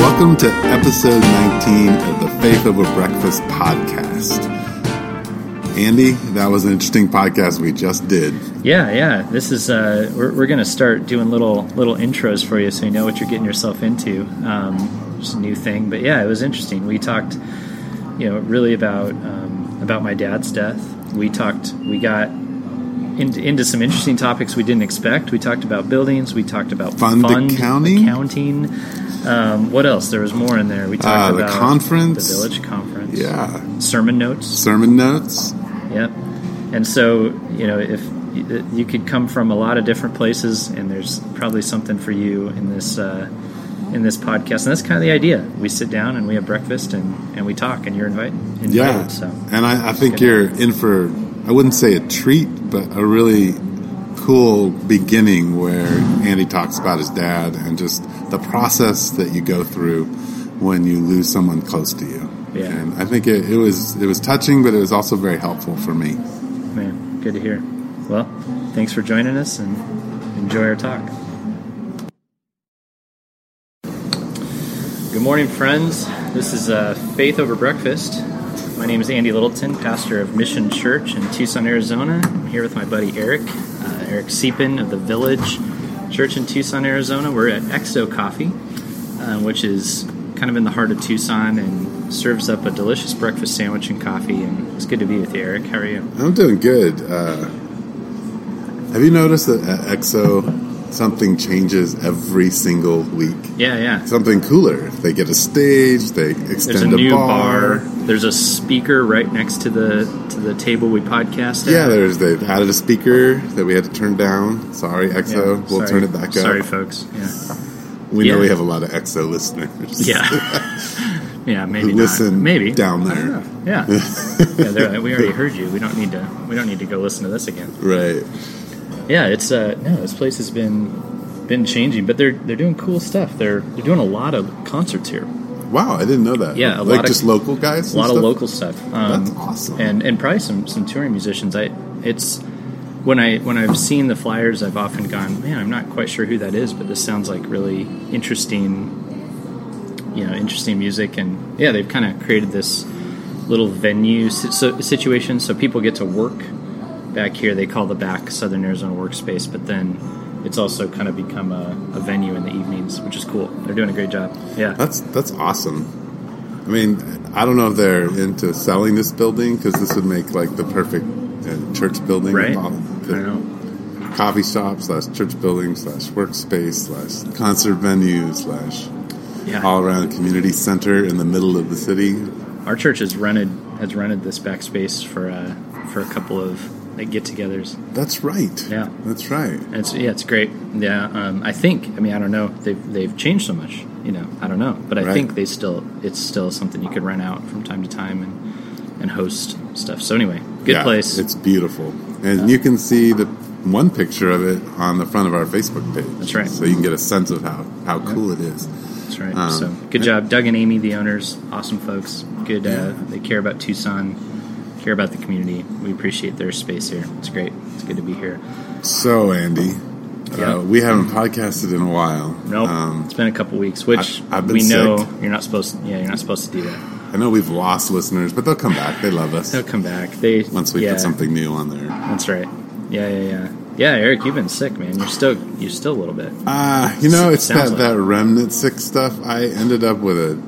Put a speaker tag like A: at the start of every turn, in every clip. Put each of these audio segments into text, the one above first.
A: Welcome to episode 19 of the Faith Over Breakfast podcast. Andy, that was an interesting podcast we just did.
B: Yeah, yeah. This is uh, we're, we're going to start doing little little intros for you, so you know what you're getting yourself into. Um, it's a new thing, but yeah, it was interesting. We talked, you know, really about um, about my dad's death. We talked. We got into, into some interesting topics we didn't expect. We talked about buildings. We talked about
A: Fund accounting?
B: accounting. Um, what else? There was more in there. We talked
A: Uh, the
B: about
A: conference.
B: the village conference,
A: Yeah.
B: sermon notes.
A: Sermon notes.
B: Yep. And so, you know, if you could come from a lot of different places, and there's probably something for you in this uh, in this podcast. And that's kind of the idea. We sit down and we have breakfast and, and we talk, and you're invited. invited
A: Yeah.
B: So
A: And I, I think you're in for, I wouldn't say a treat, but a really cool beginning where Andy talks about his dad and just the process that you go through when you lose someone close to you.
B: Yeah.
A: And I think it, it was it was touching, but it was also very helpful for me.
B: man, good to hear. Well, thanks for joining us and enjoy our talk. Good morning, friends. This is uh, Faith Over Breakfast. My name is Andy Littleton, pastor of Mission Church in Tucson, Arizona. I'm here with my buddy Eric, uh, Eric Siepen of the Village Church in Tucson, Arizona. We're at Exo Coffee, uh, which is kind of in the heart of Tucson and serves up a delicious breakfast sandwich and coffee. And it's good to be with you, Eric. How are you?
A: I'm doing good. Uh, have you noticed that at EXO something changes every single week?
B: Yeah, yeah.
A: Something cooler. If they get a stage, they
B: There's a
A: extend
B: new
A: bar.
B: bar. There's a speaker right next to the to the table we podcast at.
A: Yeah, there's they've added a speaker that we had to turn down. Sorry,
B: Yeah,
A: EXO. we'll
B: sorry.
A: turn it back
B: Sorry,
A: up.
B: folks. Yeah,
A: we know
B: yeah.
A: we have a lot of EXO listeners.
B: yeah, yeah. Maybe
A: who
B: not.
A: listen
B: Maybe
A: down there.
B: Yeah, yeah. They're like, we already heard you. We don't need to. We don't need to go listen to this again.
A: Right.
B: Yeah, it's uh no. This place has been been changing, but they're they're doing cool stuff. They're they're doing a lot of concerts here.
A: Wow, I didn't know that.
B: Yeah, a
A: like
B: lot of-
A: just local guys.
B: a lot of local stuff. Um,
A: That's awesome.
B: And and probably some some touring musicians. I it's when I when I've seen the flyers, I've often gone, man, I'm not quite sure who that is, but this sounds like really interesting, you know, interesting music. And yeah, they've kind of created this little venue si- so, situation, so people get to work back here. They call the back Southern Arizona Workspace, but then. It's also kind of become a, a venue in the evenings, which is cool. They're doing a great job. Yeah.
A: That's that's awesome. I mean, I don't know if they're into selling this building because this would make like the perfect uh, church building,
B: Right.
A: All
B: I
A: the
B: know.
A: coffee shop slash church building slash workspace slash concert venue slash
B: Yeah.
A: all around community center in the middle of the city.
B: Our church has rented has rented this back space for uh, for a couple of like get-togethers.
A: That's right.
B: Yeah.
A: that's right.
B: And it's yeah, it's great. Yeah, um, I think. I mean, I don't know. They've they've changed so much. You know, I don't know. But I
A: Right.
B: think they still it's still something you could rent out from time to time and and host stuff. So anyway, good
A: Yeah,
B: place.
A: It's beautiful, and you can see the one picture of it on the front of our Facebook page.
B: That's right.
A: So you can get a sense of how how cool it is.
B: That's right.
A: um,
B: so good job, Doug and Amy, the owners. Awesome folks. Good.
A: Yeah.
B: Uh, they care about Tucson. Care about the community. We appreciate their space here. It's great. It's good to be here.
A: So, Andy,
B: Yeah.
A: uh, we haven't podcasted in a while. Um,
B: No, it's been a couple weeks, which
A: I- I've been
B: we know
A: sick.
B: you're not supposed. yeah, you're not supposed to do that.
A: I know we've lost listeners, but they'll come back. They love us
B: They'll come back. They
A: once we
B: yeah,
A: put something new on there.
B: That's right. Yeah, yeah, yeah. Yeah, Eric, you've been sick, man. You're still you're still a little bit.
A: Ah, you know,
B: S-
A: it's that,
B: sounds like-
A: that remnant sick stuff. I ended up with a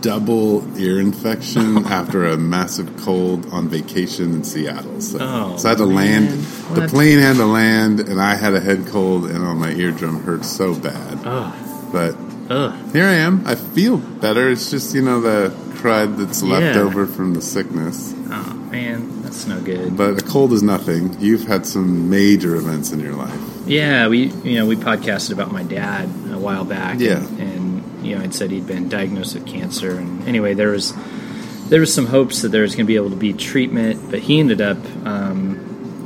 A: double ear infection after a massive cold on vacation in Seattle. So,
B: Oh,
A: so I had to
B: man.
A: land. The
B: What?
A: plane had to land, and I had a head cold, and oh, my eardrum hurt so bad.
B: Ugh,
A: But
B: ugh.
A: here I am. I feel better. It's just, you know, the crud that's left
B: Yeah.
A: over from the sickness.
B: Oh man, that's no good.
A: But a cold is nothing. You've had some major events in your life.
B: Yeah, we you know we podcasted about my dad a while back.
A: Yeah.
B: and, and, you know I'd said he'd been diagnosed with cancer, and anyway there was there was some hopes that there was going to be able to be treatment, but he ended up um,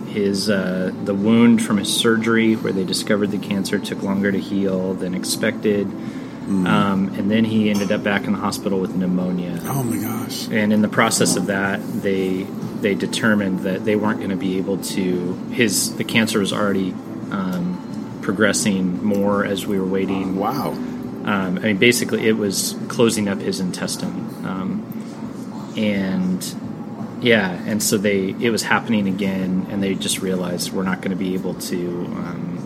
B: his uh, the wound from his surgery where they discovered the cancer took longer to heal than expected, um, and then he ended up back in the hospital with pneumonia
A: Oh my gosh.
B: and in the process of that they they determined that they weren't going to be able to his the cancer was already um, progressing more as we were waiting
A: Wow.
B: Um, I mean, basically, it was closing up his intestine, um, and yeah, and so they it was happening again, and they just realized we're not going to be able to um,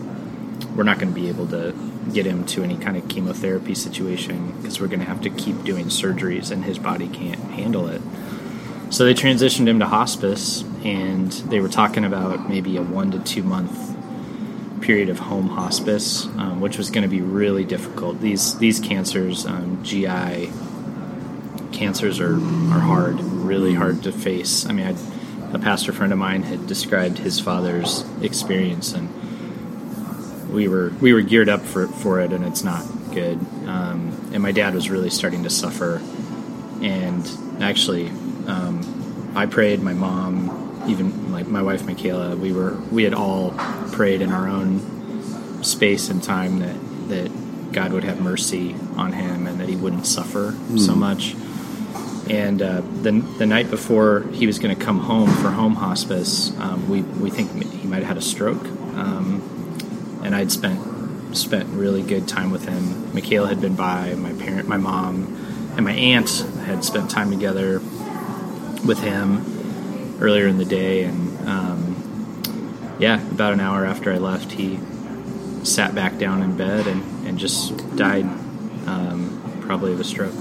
B: we're not going to be able to get him to any kind of chemotherapy situation because we're going to have to keep doing surgeries, and his body can't handle it. So they transitioned him to hospice, and they were talking about maybe a one to two month period of home hospice, um, which was going to be really difficult. These these cancers, um, GI cancers, are are hard, really hard to face. I mean, I, a pastor friend of mine had described his father's experience, and we were we were geared up for for it, and it's not good. Um, and my dad was really starting to suffer, and actually, um, I prayed. My mom, even like my wife Michaela, we were we had all prayed in our own space and time that that God would have mercy on him and that he wouldn't suffer so much. And uh, the, the night before he was going to come home for home hospice, um, we, we think he might have had a stroke. Um, and I'd spent spent really good time with him. Michaela had been by, my parent, my mom, and my aunt had spent time together with him earlier in the day, and um, yeah, about an hour after I left, he sat back down in bed and, and just died, um, probably of a stroke.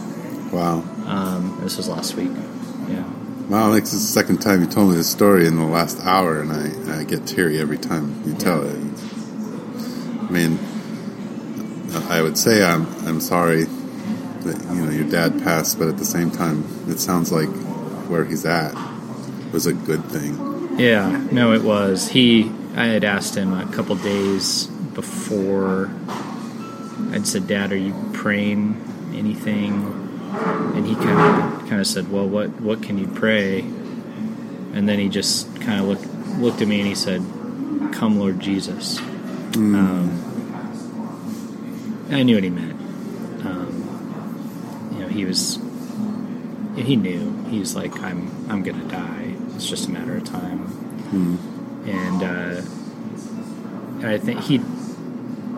A: Wow.
B: Um, this was last week. Yeah.
A: Wow, like this is the second time you told me this story in the last hour, and I, I get teary every time you tell it. I mean, I would say I'm I'm sorry that you know your dad passed, but at the same time, it sounds like where he's at was a good thing.
B: Yeah, no, it was. He, I had asked him a couple days before. I'd said, "Dad, are you praying anything?" And he kind of kind of said, "Well, what what can you pray?" And then he just kind of looked looked at me and he said, "Come, Lord Jesus." Um, I knew what he meant. Um, you know, he was he knew he's like i'm i'm gonna die it's just a matter of time and uh, i think he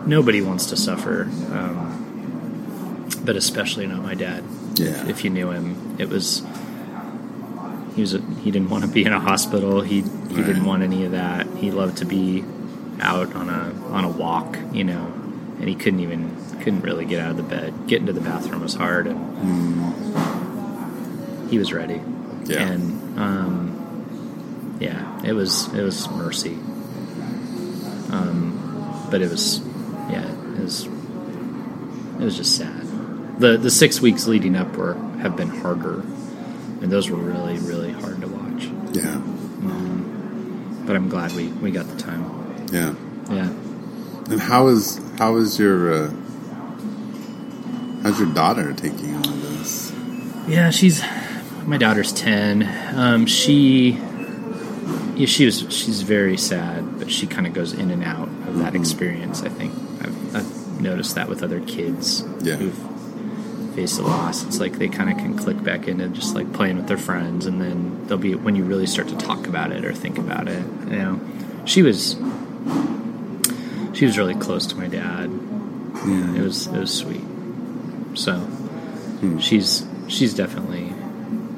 B: nobody wants to suffer um, but especially not my dad
A: Yeah.
B: if you knew him it was he was a, he didn't want to be in a hospital he he
A: Right.
B: didn't want any of that he loved to be out on a on a walk you know and he couldn't even couldn't really get out of the bed getting to the bathroom was hard and he was ready.
A: Hmm. Yeah.
B: And um, yeah, it was it was mercy. Um, but it was yeah, it was it was just sad. The the six weeks leading up were have been harder. And those were really, really hard to watch.
A: Yeah.
B: But I'm glad we, we got the time.
A: Yeah.
B: Yeah.
A: And how is how is your uh, how's your daughter taking all this?
B: Yeah, she's my daughter's ten. Um, she yeah, she was she's very sad, but she kind of goes in and out of that experience. I think I've, I've noticed that with other kids
A: Yeah.
B: who've faced a loss. It's like they kind of can click back into just like playing with their friends, and then they'll be when you really start to talk about it or think about it. You know, she was she was really close to my dad. Yeah, it was it was sweet. So she's she's definitely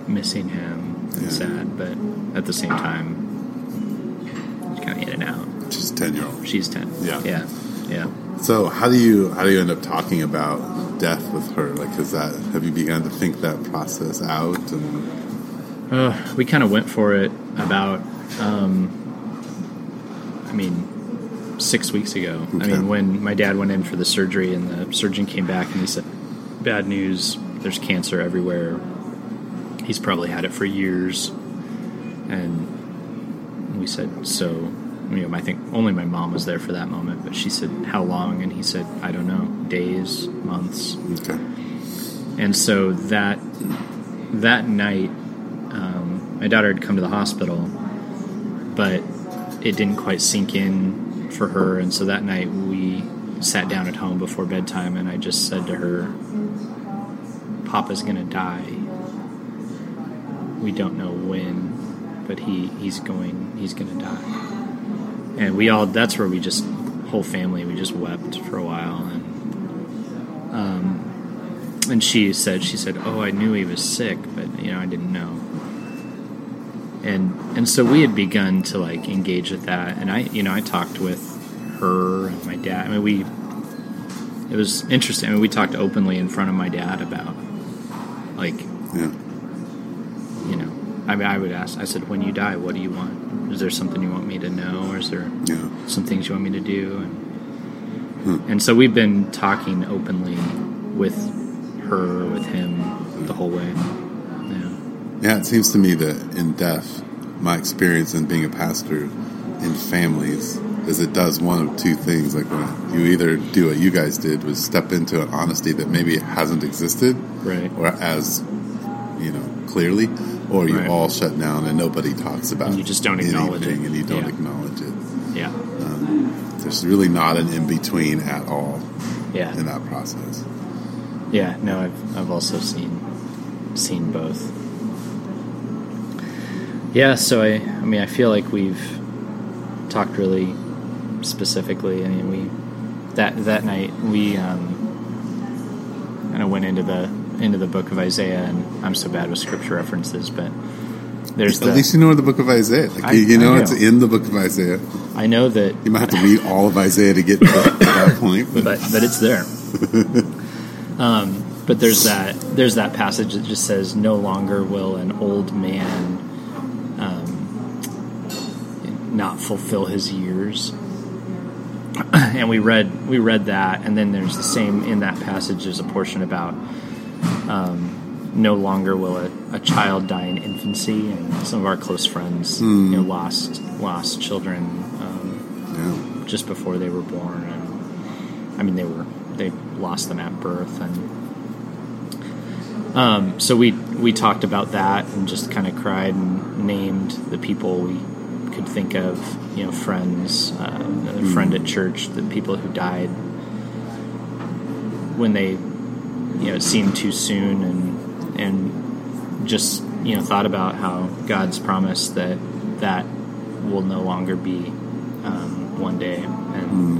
B: missing him and
A: Yeah.
B: sad but at the same time she's kind of in and out
A: She's ten year old.
B: she's 10
A: Yeah.
B: yeah yeah
A: So how do you how do you end up talking about death with her? Like, is that have you begun to think that process out? And
B: Uh, we kind of went for it about um, i mean six weeks ago i
A: Okay.
B: mean when my dad went in for the surgery and the surgeon came back and he said bad news there's cancer everywhere he's probably had it for years and we said so you know i think only my mom was there for that moment but she said how long and he said i don't know days months
A: okay,
B: and so that that night um, my daughter had come to the hospital but it didn't quite sink in for her and so that night we sat down at home before bedtime and i just said to her papa's going to die we don't know when but he, he's going he's going to die and we all that's where we just whole family we just wept for a while and and she said, she said, "Oh, I knew he was sick, but you know, I didn't know." And and so we had begun to like engage with that, and I, you know, I talked with her and my dad. I mean, we it was interesting. I mean, we talked openly in front of my dad about like
A: Yeah.
B: you know, I mean, I would ask. I said, "When you die, what do you want? Is there something you want me to know, or is there
A: Yeah.
B: some things you want me to do?" And and so we've been talking openly with her, with him, the whole way. Yeah,
A: Yeah, it seems to me that in death, my experience in being a pastor in families is it does one of two things. Like when you either do what you guys did, was step into an honesty that maybe hasn't existed,
B: Right.
A: Or as you know clearly, or you
B: Right.
A: all shut down and nobody talks about.
B: And you just don't acknowledge
A: anything
B: it.
A: and you don't
B: Yeah.
A: acknowledge it.
B: yeah,
A: There's really not an in between at all
B: yeah,
A: in that process.
B: yeah. No, I've I've also seen seen both. Yeah, so I I mean, I feel like we've talked really specifically. I mean, we that that night we um, kind of went into the into the book of Isaiah, and I'm so bad with scripture references, but there's
A: At
B: the,
A: least you know the Book of Isaiah. Like,
B: I-
A: you, you
B: I
A: know,
B: know.
A: it's in the Book of Isaiah.
B: I know that
A: You might have to read all of Isaiah to get to that, to that point, but,
B: but but it's there. um, but there's that there's that passage that just says, "No longer will an old man um, not fulfill his years." and we read we read that, and then there's the same in that passage. There's a portion about. Um, no longer will a, a child die in infancy, and some of our close friends you know, lost lost children um,
A: yeah.
B: just before they were born and I mean they were they lost them at birth and um, so we we talked about that and just kind of cried and named the people we could think of you know friends uh, another friend at church the people who died when they you know it seemed too soon and and just you know thought about how God's promise that that will no longer be um, one day and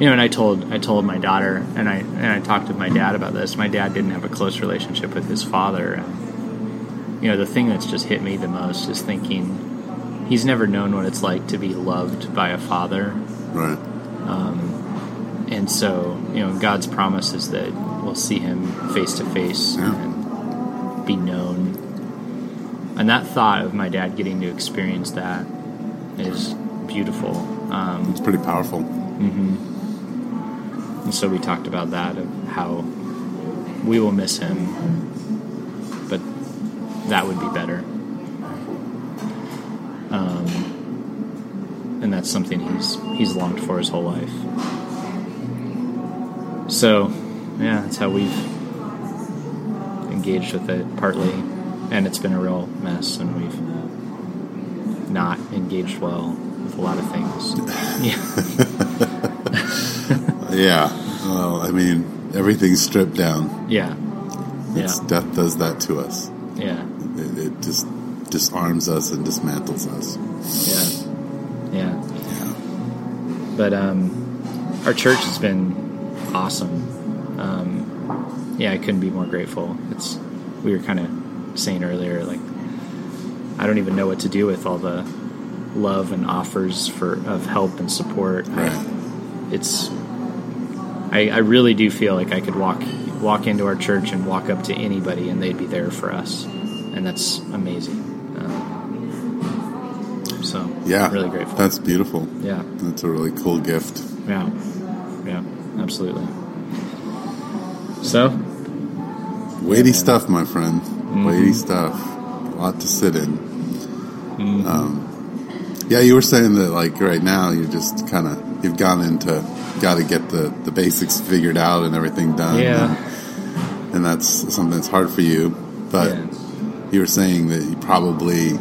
B: you know and I told I told my daughter and I and I talked with my dad about this my dad didn't have a close relationship with his father and you know the thing that's just hit me the most is thinking he's never known what it's like to be loved by a father
A: Right.
B: and so you know god's promise is that we'll see him face to face
A: Yeah.
B: and be known and that thought of my dad getting to experience that is beautiful um,
A: It's pretty powerful.
B: and so we talked about that of how we will miss him but that would be better um, Um, and that's something he's he's longed for his whole life so yeah that's how we've engaged with it partly and it's been a real mess and we've not engaged well with a lot of things yeah
A: Yeah. Well, I mean, everything's stripped down.
B: yeah
A: It's,
B: Yeah.
A: Death does that to us.
B: yeah
A: It, it just disarms us and dismantles us.
B: Yeah, yeah.
A: Yeah.
B: But um, our church has been awesome. Um, yeah, I couldn't be more grateful. It's we were kind of saying earlier, like I don't even know what to do with all the love and offers for of help and support. I-
A: Right.
B: it's I, I really do feel like I could walk walk into our church and walk up to anybody and they'd be there for us, and that's amazing. Um, so
A: Yeah.
B: really grateful.
A: That's beautiful.
B: Yeah,
A: That's a really cool gift.
B: yeah, yeah, absolutely. So,
A: Weighty
B: Yeah. Mm-hmm.
A: stuff, my friend. Weighty stuff. A lot to sit in.
B: Mm-hmm.
A: Um, yeah, you were saying that like right now you're just kind of you've gone into got to get the the basics figured out and everything done.
B: yeah,
A: and that's something that's hard for you. Uh, But
B: Yeah.
A: you were saying that you probably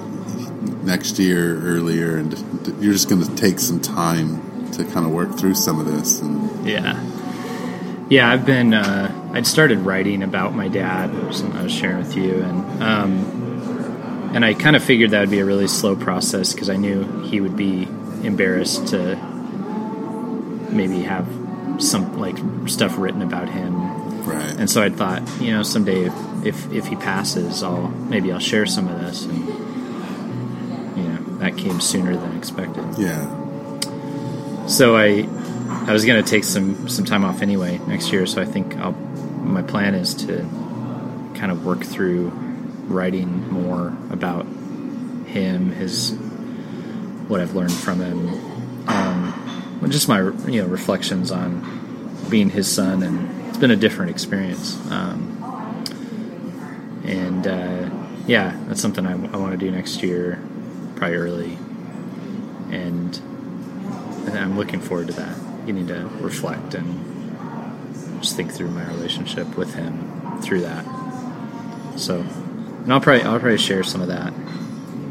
A: next year, earlier, and you're just going to take some time to kind of work through some of this. And
B: yeah, yeah. I've been uh, I'd started writing about my dad, which is something I was sharing with you, and um, and I kind of figured that would be a really slow process because I knew he would be embarrassed to maybe have some like stuff written about him
A: Right.
B: And so I thought, you know, someday if, if if he passes, I'll maybe I'll share some of this, and you know, that came sooner than expected.
A: yeah.
B: So I I was gonna take some some time off anyway next year. So I think I'll my plan is to kind of work through writing more about him, his what I've learned from him, um, well, just my you know reflections on being his son, and it's been a different experience. Um, and uh, yeah, that's something I, want to do next year, probably early, and and I'm looking forward to that. Getting to reflect and just think through my relationship with him through that. So, and I'll probably I'll probably share some of that.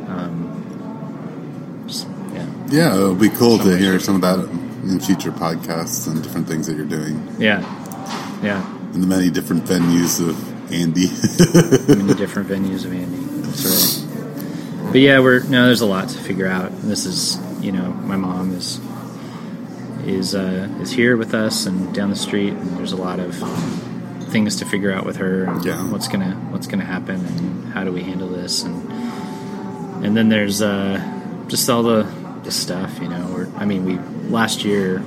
B: Um, just- yeah,
A: Yeah, it'll be cool to
B: Somewhere.
A: hear some of that in future podcasts and different things that you're doing
B: yeah, yeah.
A: in the many different venues of Andy.
B: Many different venues of Andy. That's right. But yeah, we're no. There's a lot to figure out. And This is you know my mom is is uh, is here with us and down the street, and there's a lot of things to figure out with her. And
A: Yeah.
B: What's gonna What's gonna happen, and how do we handle this? And and then there's uh, just all the the stuff, you know. We're, I mean, we last year,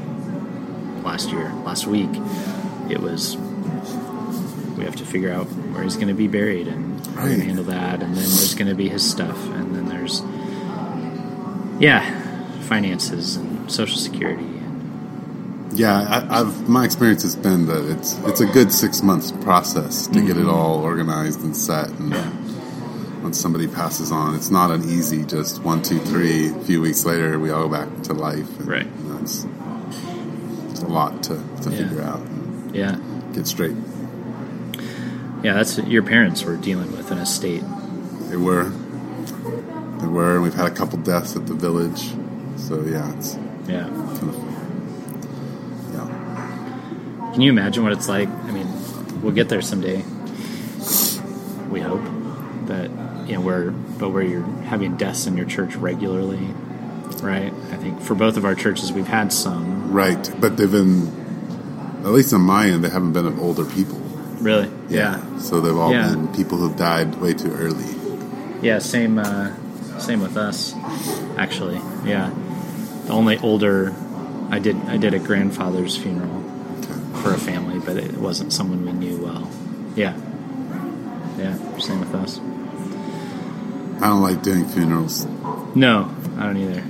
B: last year, last week, it was we have to figure out where he's going to be buried and how we're gonna
A: Right.
B: handle that, and then there's going to be his stuff, and then there's yeah, finances and social security and
A: yeah, I, I've my experience has been that it's it's a good six months process to get it all organized and set. And
B: Mm-hmm. yeah,
A: once somebody passes on, it's not an easy just one, two, three. A few weeks later, we all go back to life. And,
B: Right.
A: you know, it's, it's a lot to, to
B: Yeah.
A: figure out and
B: yeah,
A: get straight.
B: yeah. That's your parents were dealing with an estate.
A: They were. They were, and we've had a couple deaths at the village. So yeah, it's
B: Yeah.
A: kind of yeah.
B: Can you imagine what it's like? I mean, we'll get there someday. We hope. But you know, where but where you're having deaths in your church regularly, right? I think for both of our churches we've had some.
A: Right. But they've been at least on my end, they haven't been of older people.
B: Really?
A: So they've all
B: Yeah.
A: been people who've died way too early.
B: Yeah, same uh, same with us actually. Yeah. The only older I did I did a grandfather's funeral
A: Okay.
B: for a family, but it wasn't someone we knew well. Yeah. Yeah, same with us.
A: I don't like doing funerals.
B: No, I don't either.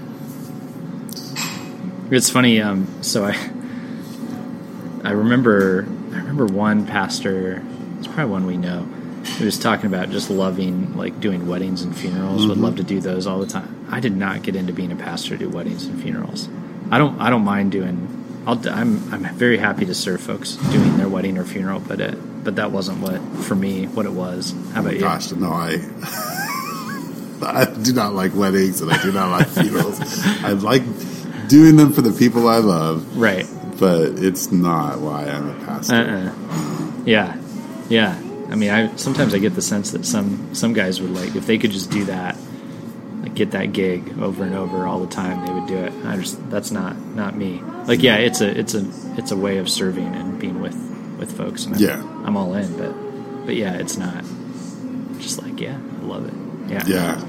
B: It's funny. Um, so I, I remember, I remember one pastor. It's probably one we know. He was talking about just loving, like doing weddings and funerals. Would love to do those all the time. I did not get into being a pastor to do weddings and funerals. I don't. I don't mind doing. I'll, d- I'm. I'm very happy to serve folks doing their wedding or funeral, but it. But that wasn't what for me. What it was. How about you?
A: Gosh, no, I I do not like weddings and I do not like funerals. I like doing them for the people I love,
B: Right.
A: but it's not why I'm a pastor.
B: Uh-uh. Yeah, yeah. I mean, I sometimes I get the sense that some some guys would like if they could just do that, like get that gig over and over all the time, they would do it. I just that's not not me. Like, yeah, it's a it's a it's a way of serving and being with with folks. And I'm,
A: Yeah.
B: I'm all in, but but yeah, it's not just like yeah, I love it. Yeah,
A: Yeah.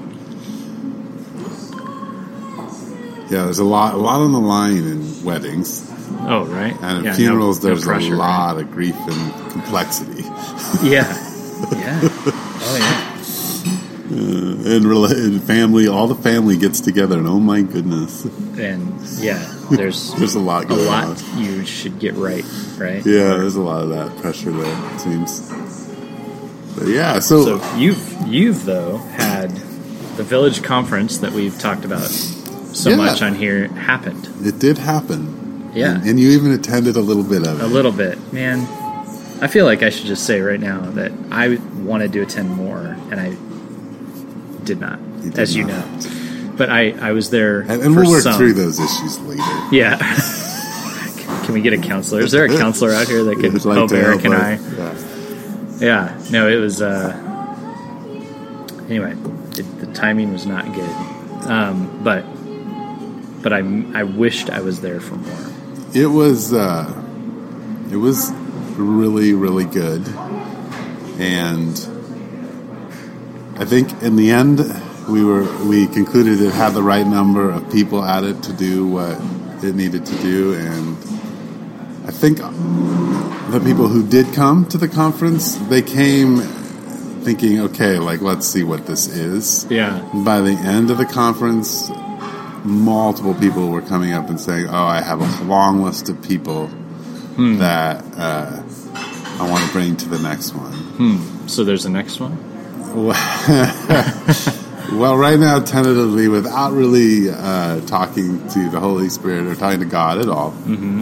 A: Yeah, there's a lot, a lot on the line in weddings
B: Oh, right.
A: and in
B: yeah, no-
A: funerals.
B: no
A: there's
B: pressure,
A: a
B: right?
A: lot of grief and complexity,
B: Yeah, yeah. Oh yeah.
A: Uh, and, rela- and family. All the family gets together, and oh my goodness,
B: And yeah, there's
A: there's a lot
B: a
A: going on.
B: lot you should get right, right?
A: Yeah, there's a lot of that pressure there. It seems. But yeah, so,
B: So you've you've though had the village conference that we've talked about so
A: Yeah.
B: much on here happened.
A: it did happen.
B: Yeah.
A: and, and you even attended a little bit of it.
B: A little bit, man. I feel like I should just say right now that I wanted to attend more, and I did not,
A: You did
B: as you
A: not.
B: know. But I, I was there,
A: and, and
B: for
A: we'll work
B: some.
A: through those issues later.
B: Yeah. can we get a counselor? Is there a counselor out here that could
A: It's
B: help
A: to
B: Eric and
A: help
B: I?
A: us. Yeah.
B: Yeah, no, it was. Uh, anyway, it, the timing was not good, um, but but I I wished I was there for more.
A: It was uh, it was really, really good. And I think in the end, we were we concluded it had the right number of people at it to do what it needed to do, and I think the people who did come to the conference they came thinking, okay, like let's see what this is.
B: Yeah.
A: By the end of the conference, multiple people were coming up and saying, "Oh, I have a long list of people that uh, I want to bring to the next one."
B: So there's the next one.
A: Well, right now, tentatively, without really uh, talking to the Holy Spirit or talking to God at all,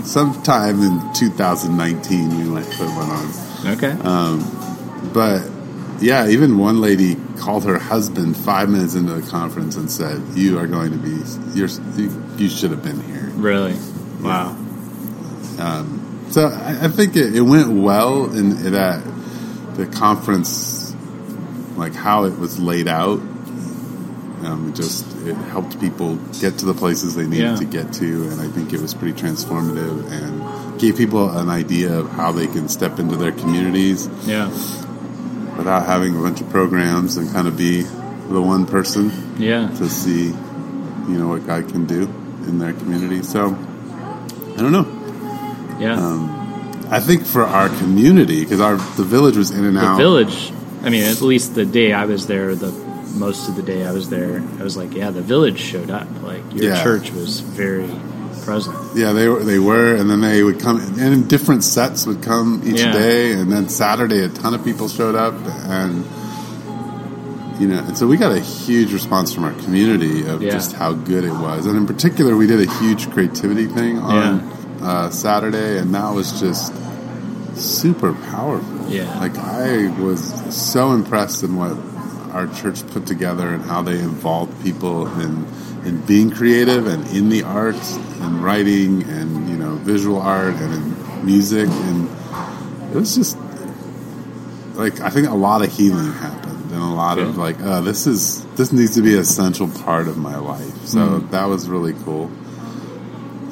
A: sometime in 2019 we might put one on.
B: Okay.
A: Uh, But yeah, even one lady called her husband five minutes into the conference and said, "You are going to be you're, you, you should have been here."
B: really? Wow.
A: So I, I think it, it went well in that the conference, like how it was laid out, um, it just it helped people get to the places they needed
B: Yeah.
A: to get to, and I think it was pretty transformative and gave people an idea of how they can step into their communities
B: Yeah.
A: without having a bunch of programs and kind of be the one person
B: Yeah.
A: to see, you know, what God can do in their community. So I don't know.
B: Yeah.
A: Uh, I think for our community, because our the village was in and
B: the
A: out.
B: village i mean at least the day i was there the most of the day i was there i was like yeah the village showed up like your
A: Yeah.
B: church was very present
A: Yeah, they were they were, and then they would come, and in different sets would come each
B: Yeah.
A: day, and then Saturday a ton of people showed up, and you know, and so we got a huge response from our community of
B: Yeah.
A: just how good it was, and in particular, we did a huge creativity thing on uh, Saturday, and that was just super powerful.
B: Yeah.
A: like I was so impressed in what our church put together and how they involved people in in being creative and in the arts and writing and you know visual art and in music and it was just like I think a lot of healing happened and a lot of
B: Yeah.
A: like oh this is this needs to be an essential part of my life so that was really cool.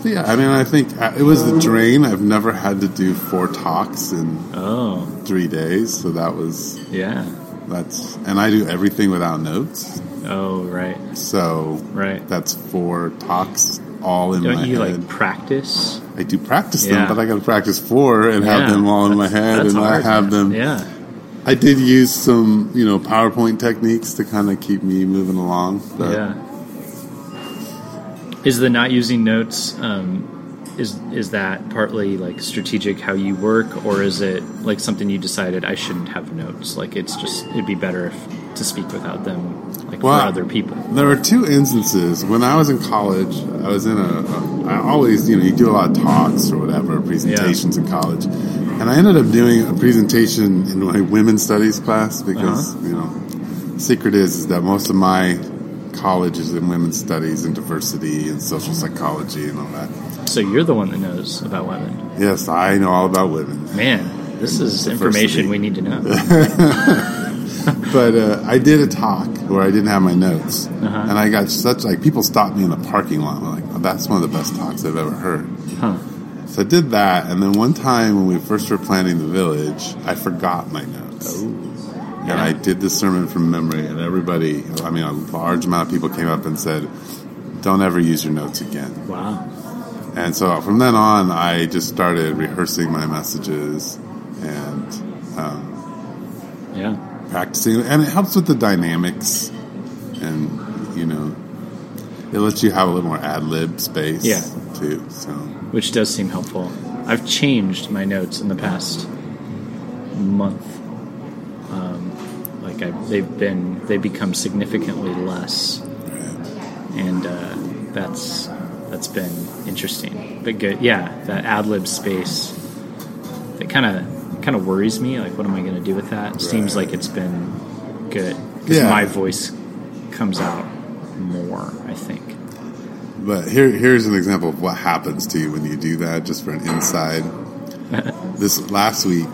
A: So yeah, I mean, I think uh, it was the drain. I've never had to do four talks in
B: oh
A: three days, so that was
B: yeah
A: that's and I do everything without notes,
B: oh right
A: so
B: right
A: that's four talks all in my
B: don't you
A: head.
B: like practice
A: I do practice
B: Yeah.
A: them, but I got to practice four and
B: Yeah,
A: have them all in my
B: that's-
A: head,
B: that's
A: and I
B: hard,
A: have
B: man.
A: them.
B: yeah
A: I did use some, you know, PowerPoint techniques to kind of keep me moving along. But
B: yeah is the not using notes um is is that partly like strategic how you work or is it like something you decided i shouldn't have notes like it's just it'd be better if, to speak without them like
A: Well,
B: for other people
A: There were two instances. When I was in college, I was in a. I always, you know, you do a lot of talks or whatever, presentations in college. And I ended up doing a presentation in my women's studies class because, you know, secret is, is that most of my college is in women's studies and diversity and social psychology and all that.
B: So you're the one that knows about women.
A: Yes, I know all about women.
B: Man, this is
A: Diversity.
B: information we need to know.
A: but uh, I did a talk where I didn't have my notes, and I got such like people stopped me in the parking lot. and were like, oh, that's one of the best talks I've ever heard.
B: Huh.
A: So I did that, and then one time when we first were planning the village, I forgot my notes. And
B: Yeah.
A: I did the sermon from memory, and everybody, I mean, a large amount of people came up and said, Don't ever use your notes again.
B: Wow.
A: And so from then on, I just started rehearsing my messages and um,
B: Yeah.
A: practicing, and it helps with the dynamics, and you know, it lets you have a little more ad lib space,
B: Yeah.
A: too. So
B: Which does seem helpful. I've changed my notes in the past month. Um, like I, they've been, they become significantly less, and uh, that's that's been interesting. But good, yeah. That ad lib space, that kind of kind of worries me. Like, what am I going to do with that? Seems
A: Right.
B: like it's been good because
A: Yeah.
B: my voice comes out more. I think.
A: But here, here's an example of what happens to you when you do that, just for an inside. this last week,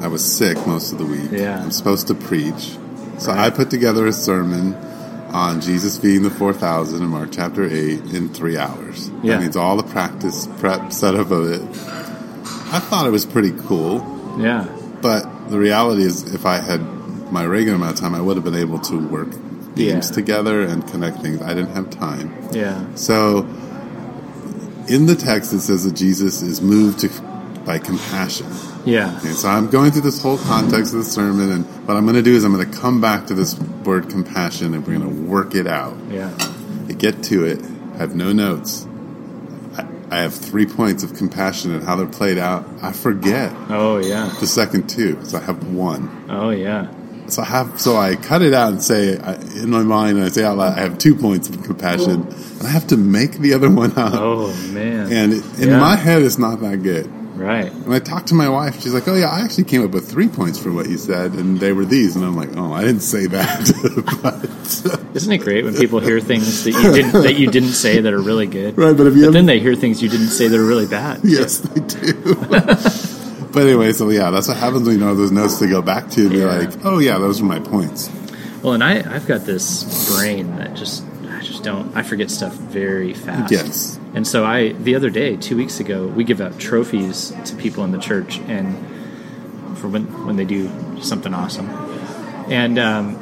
A: I was sick most of the week.
B: Yeah.
A: I'm supposed to preach. So I put together a sermon on Jesus being the 4,000 in Mark chapter 8 in three hours.
B: Yeah.
A: That means all the practice, prep, setup of it. I thought it was pretty cool.
B: Yeah.
A: But the reality is, if I had my regular amount of time, I would have been able to work beams
B: Yeah.
A: together and connect things. I didn't have time.
B: Yeah.
A: So, in the text, it says that Jesus is moved to, by compassion.
B: Yeah.
A: And so, I'm going through this whole context of the sermon, and what I'm going to do is I'm going to come back to this word compassion, and we're going to work it out.
B: Yeah.
A: I get to it, I have no notes. I, I have three points of compassion and how they're played out. I forget
B: Oh yeah.
A: the second two, so I have one.
B: Oh yeah.
A: So I have, so I cut it out and say I, in my mind, I say out loud, I have two points of compassion, and I have to make the other one up.
B: Oh man.
A: And it, in
B: Yeah.
A: my head, it's not that good.
B: right.
A: When I talked to my wife, she's like, "Oh yeah, I actually came up with three points for what you said, and they were these." And I'm like, "Oh, I didn't say that." but,
B: Isn't it great when people hear things that you didn't that you didn't say that are really good?
A: right, but if you
B: But
A: have
B: then they hear things you didn't say that are really bad.
A: yes, they do. but anyway, so yeah, that's what happens when you know those notes to go back to. And
B: Yeah.
A: You're like, "Oh yeah, those were my points."
B: Well, and I I've got this brain that just I just don't I forget stuff very fast.
A: Yes.
B: And so I the other day, two weeks ago, we give out trophies to people in the church and for when when they do something awesome. And um,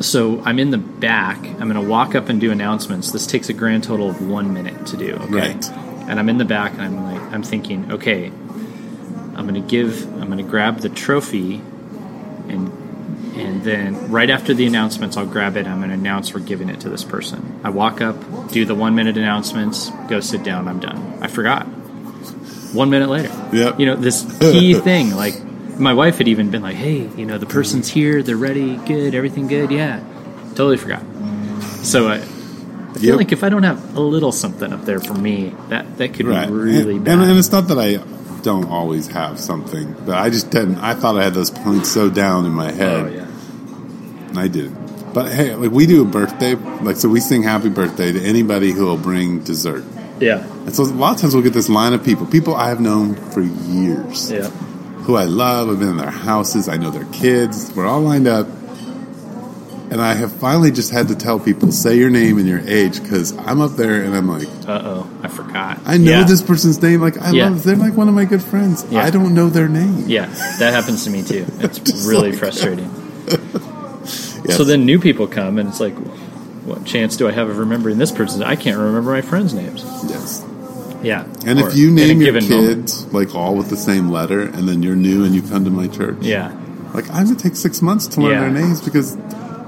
B: so I'm in the back. I'm going to walk up and do announcements. This takes a grand total of one minute to do. Okay.
A: Right.
B: And I'm in the back, and I'm like, I'm thinking, okay, I'm gonna give, I'm gonna grab the trophy, and and then right after the announcements, I'll grab it. I'm gonna announce we're giving it to this person. I walk up, do the one minute announcements, go sit down. I'm done. I forgot. One minute later,
A: Yep.
B: you know this key thing. Like my wife had even been like, hey, you know the person's here, they're ready, good, everything good, yeah. Totally forgot. So I. I feel
A: Yep.
B: like if I don't have a little something up there for me, that that could be really
A: and,
B: bad.
A: And, and it's not that I don't always have something, but I just didn't. I thought I had those points so down in my head,
B: oh yeah.
A: and I didn't. But hey, like we do a birthday, like so we sing happy birthday to anybody who will bring dessert.
B: Yeah.
A: And so a lot of times we'll get this line of people, people I have known for years,
B: Yeah.
A: who I love. I've been in their houses, I know their kids. We're all lined up. And I have finally just had to tell people, say your name and your age, because I'm up there and I'm like,
B: Uh oh. I forgot.
A: I know
B: yeah.
A: this person's name. Like I
B: Yeah.
A: love, they're like one of my good friends.
B: Yeah.
A: I don't know their name.
B: Yeah, that happens to me too. It's really frustrating.
A: Yes.
B: So then new people come and it's like, what chance do I have of remembering this person? I can't remember my friends' names.
A: Yes.
B: Yeah.
A: And
B: Or
A: if you
B: in a
A: name your
B: given moment.
A: kids like all with the same letter, and then you're new and you come to my church,
B: Yeah.
A: like I'm gonna take six months to learn
B: Yeah.
A: their names because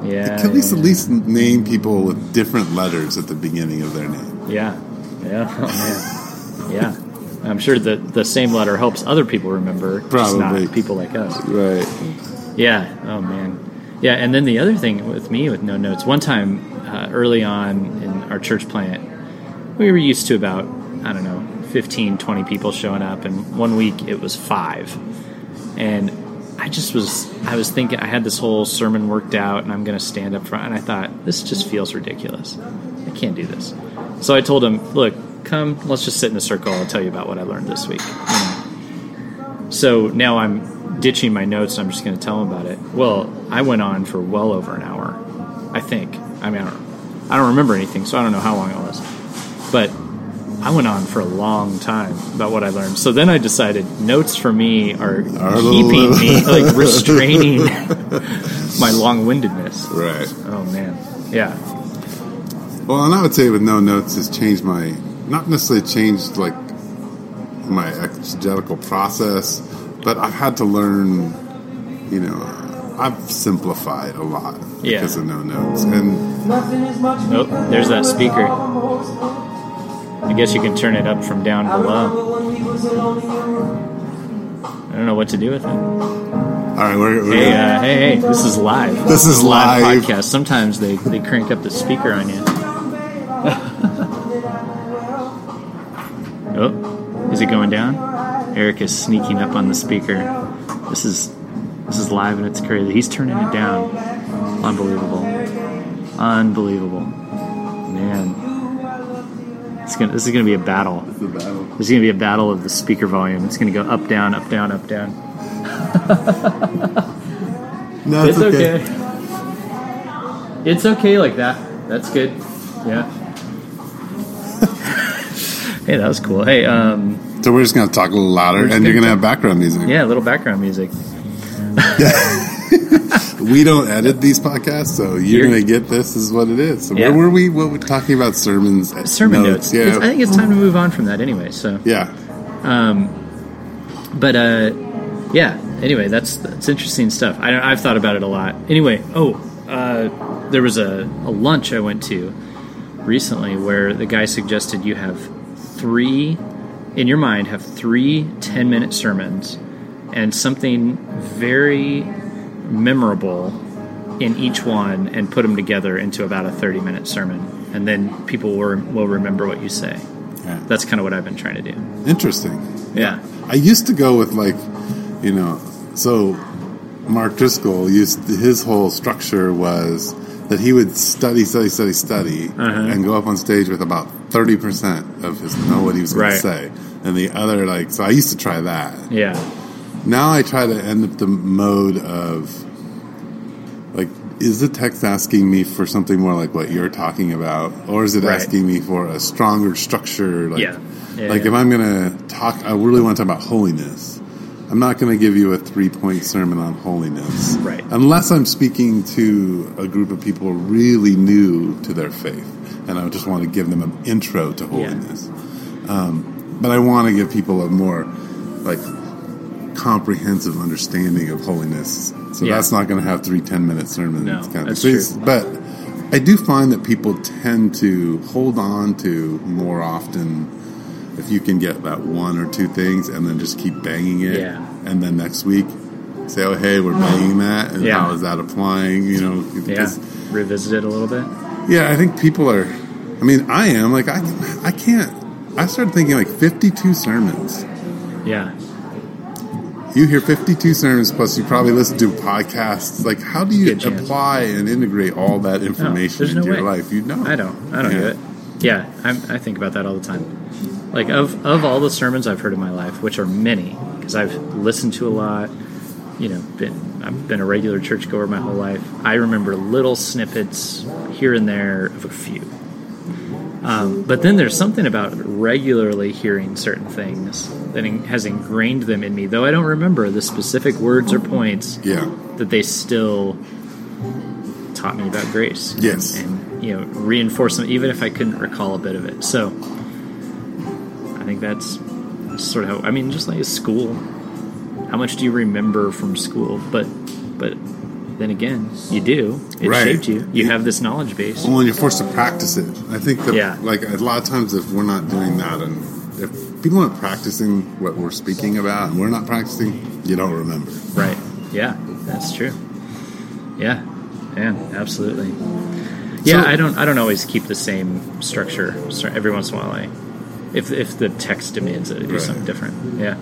B: Yeah.
A: at least
B: yeah,
A: at least name people with different letters at the beginning of their name.
B: Yeah. Yeah. Oh, man. yeah. I'm sure that the same letter helps other people remember, just
A: Probably.
B: not people like us.
A: Right.
B: Yeah. Oh man. Yeah. And then the other thing with me with no notes. One time uh, early on in our church plant, we were used to about I don't know 15, 20 people showing up, and one week it was five. And I just was I was thinking I had this whole sermon worked out, and I'm going to stand up front, and I thought this just feels ridiculous. I can't do this. So I told him, look. Come, let's just sit in a circle. I'll tell you about what I learned this week. you know. So now I'm ditching my notes and I'm just going to tell them about it. Well, I went on for well over an hour, I think. I mean, I don't, I don't remember anything, so I don't know how long it was. But I went on for a long time about what I learned. So then I decided notes for me are
A: Are a
B: keeping
A: little-
B: me, like restraining my long windedness.
A: Right.
B: Oh, man. Yeah.
A: Well, and I would say with no notes has changed my not necessarily changed like my exegetical process, but I've had to learn. You know, I've simplified a lot
B: Yeah.
A: because of no notes, and
B: Oh, there's that speaker. Oh,
C: Below.
B: I guess you can turn it up from down below. I don't know what to do with it.
A: all right, we're, we're
B: Hey, uh, hey, hey, this is live.
A: This is live.
B: podcast. Sometimes they, they crank up the speaker on you. Oh, is it going down? Eric is sneaking up on the speaker. This is this is live and it's crazy. He's turning it down. Unbelievable. Unbelievable. Man. It's gonna, this is going to be a battle.
A: the battle.
B: There's going to be a battle of the speaker volume. It's going to go up, down, up, down, up, down.
A: No, it's, okay.
B: It's okay like that. That's good. Yeah. hey, that was cool. Hey, um,
A: So we're just going to talk a little louder,
B: just
A: and you're going
B: gonna
A: to have background music.
B: Yeah, a little background music.
A: We don't edit these podcasts, so you're,
B: You're-
A: going to get this is what it is. So
B: Yeah.
A: where were we? What we're talking about sermons?
B: Sermon notes.
A: Yeah.
B: It's- I think it's time to move on from that anyway. So,
A: yeah.
B: but uh, yeah. Anyway, that's that's interesting stuff. I don't, I've thought about it a lot. Anyway, oh, uh, there was a, a lunch I went to recently where the guy suggested you have three in your mind have three 10 minute sermons and something very memorable in each one and put them together into about a 30 minute sermon and then people will, will remember what you say
A: Yeah.
B: that's kind of what i've been trying to do
A: Interesting.
B: yeah
A: I used to go with like, you know, so Mark Driscoll used his whole structure was that he would study, study, study, study, and go up on stage with about thirty percent of his know what he was going
B: Right.
A: to say, and the other like. So I used to try that.
B: yeah
A: Now I try to end up the mode of like, is the text asking me for something more like what you're talking about, or is it
B: Right.
A: asking me for a stronger structure? Like,
B: Yeah. Yeah,
A: like
B: yeah.
A: if I'm going to talk, I really want to talk about holiness. I'm not going to give you a three point sermon on holiness,
B: Right.
A: Unless I'm speaking to a group of people really new to their faith, and I just want to give them an intro to holiness. Um, but I want to give people a more like comprehensive understanding of holiness. So
B: Yeah.
A: that's not going to have three 10 minute sermons.
B: No,
A: kind of
B: that's
A: things.
B: true.
A: But I do find that people tend to hold on to more often if you can get that one or two things and then just keep banging it.
B: Yeah.
A: And then next week say, oh, hey, we're banging that. And
B: Yeah.
A: how is that applying? You know,
B: yeah
A: because-
B: revisit it a little bit
A: yeah, I think people are. I mean, I am. Like, I, I can't. I started thinking like 52 sermons.
B: yeah
A: You hear 52 sermons, plus you probably listen to podcasts. Like, how do you
B: Good chance.
A: apply and integrate all that
B: No,
A: information
B: there's
A: into
B: no
A: your
B: way.
A: life? You don't.
B: I don't. I don't
A: Yeah.
B: do it. Yeah, I'm, I think about that all the time. Like of of all the sermons I've heard in my life, which are many, because I've listened to a lot. You know, been I've been a regular churchgoer my whole life. I remember little snippets here and there of a few. Um, but then there's something about regularly hearing certain things that in, has ingrained them in me, though I don't remember the specific words or points
A: Yeah.
B: that they still taught me about grace.
A: Yes.
B: And, you know, reinforce them, even if I couldn't recall a bit of it. So I think that's sort of how, I mean, just like school, how much do you remember from school? But, but then again, you do. It
A: Right.
B: shaped you. You have this knowledge base.
A: Well, and you're forced to practice it. I think that,
B: Yeah.
A: like, a lot of times if we're not doing that and if people aren't practicing what we're speaking about and we're not practicing, you don't remember.
B: Right. Yeah, that's true. Yeah. Yeah, absolutely. Yeah,
A: So-
B: I don't I don't always keep the same structure. So every once in a while I if if the text demands it, I do
A: Right.
B: something different. Yeah.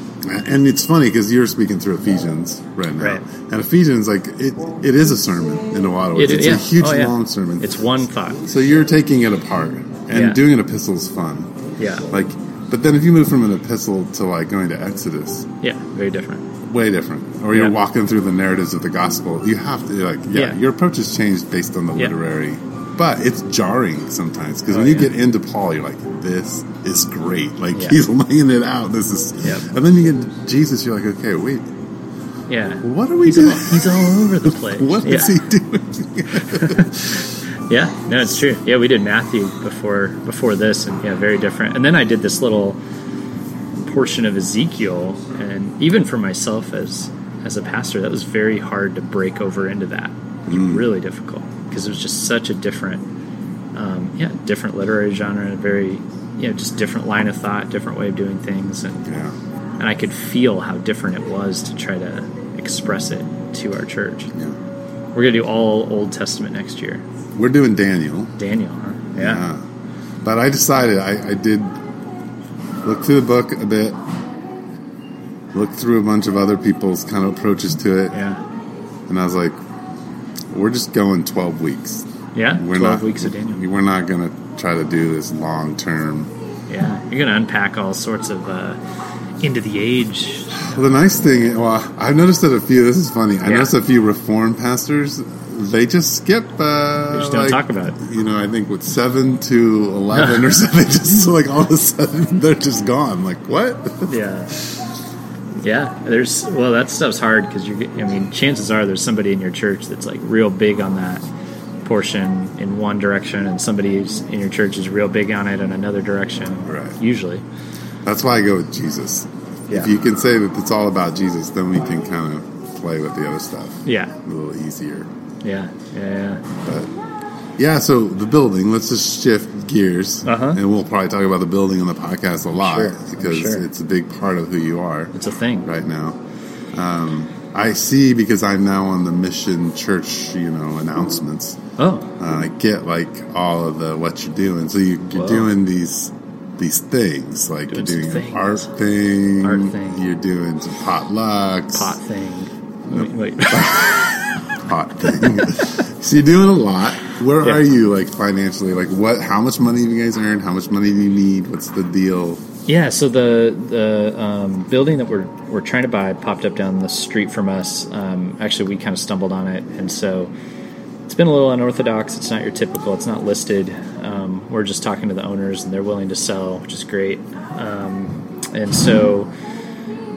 A: And it's funny because you're speaking through Ephesians right now.
B: Right.
A: And Ephesians, like, it, it is a sermon in a lot of ways.
B: It-
A: it's
B: yeah.
A: a huge,
B: Oh, yeah.
A: long sermon.
B: It's one thought.
A: so you're taking it apart. And
B: Yeah.
A: doing an epistle is fun.
B: Yeah.
A: Like, but then if you move from an epistle to like going to Exodus,
B: Yeah, very different.
A: way different. Or you're
B: Yeah.
A: walking through the narratives of the gospel, you have to like, yeah,
B: Yeah.
A: your approach is changed based on the
B: Yeah.
A: literary. But it's jarring sometimes because
B: Oh,
A: when you
B: yeah.
A: get into Paul, you're like, this is great. Like
B: Yeah.
A: he's laying it out. This is,
B: Yep.
A: and then you get to Jesus, you're like, okay, wait,
B: Yeah.
A: what are we
B: He's all,
A: doing?
B: he's all over the place.
A: What
B: yeah.
A: is he doing?
B: Yeah, no, it's true. Yeah, we did Matthew before before this, and yeah, very different. And then I did this little portion of Ezekiel, and even for myself as as a pastor, that was very hard to break over into that. It was really difficult because it was just such a different, um, yeah, different literary genre, a very you know just different line of thought, different way of doing things, and
A: yeah,
B: and I could feel how different it was to try to express it to our church.
A: yeah.
B: We're gonna do all Old Testament next year.
A: We're doing Daniel.
B: Daniel, huh?
A: Yeah. But I decided I, I did look through the book a bit, look through a bunch of other people's kind of approaches to it,
B: Yeah.
A: and I was like, we're just going 12 weeks.
B: Yeah.
A: We're
B: 12
A: not,
B: weeks of Daniel.
A: We're not going to try to do this long term.
B: Yeah. You're going to unpack all sorts of uh, into the age.
A: Well, the nice thing, well, I've noticed that a few. This is funny. I
B: Yeah.
A: noticed a few reform pastors. They just skip. Uh,
B: They just don't talk about it.
A: You know, I think with seven to eleven or something, just like all of a sudden they're just gone. Like what?
B: Yeah. Yeah, there's well that stuff's hard because you I mean chances are there's somebody in your church that's like real big on that portion in one direction and somebody who's in your church is real big on it in another direction.
A: Right.
B: Usually.
A: That's why I go with Jesus.
B: Yeah.
A: If you can say that it's all about Jesus, then we can kind of play with the other stuff
B: Yeah.
A: a little easier.
B: Yeah. Yeah. yeah.
A: Yeah, so the building, let's just shift gears.
B: Uh-huh.
A: And we'll probably talk about the building on the podcast a lot
B: Sure,
A: because
B: sure.
A: it's a big part of who you are
B: It's a thing.
A: right now. Um, I see because I'm now on the mission church, you know, announcements.
B: Oh.
A: Uh, I get like all of the what you're doing. So you, you're
B: Whoa.
A: doing these these things like you're
B: Doing some
A: doing
B: things.
A: an art thing,
B: Art thing.
A: you're doing some potlucks,
B: Pot thing. Wait, wait.
A: hot thing. so you're doing a lot. Where
B: Yeah.
A: are you, like financially? Like, what? How much money have you guys earned? How much money do you need? What's the deal?
B: Yeah, so the the um, building that we're we're trying to buy popped up down the street from us. Um, actually, we kind of stumbled on it, and so it's been a little unorthodox. It's not your typical. It's not listed. Um, we're just talking to the owners, and they're willing to sell, which is great. Um, and so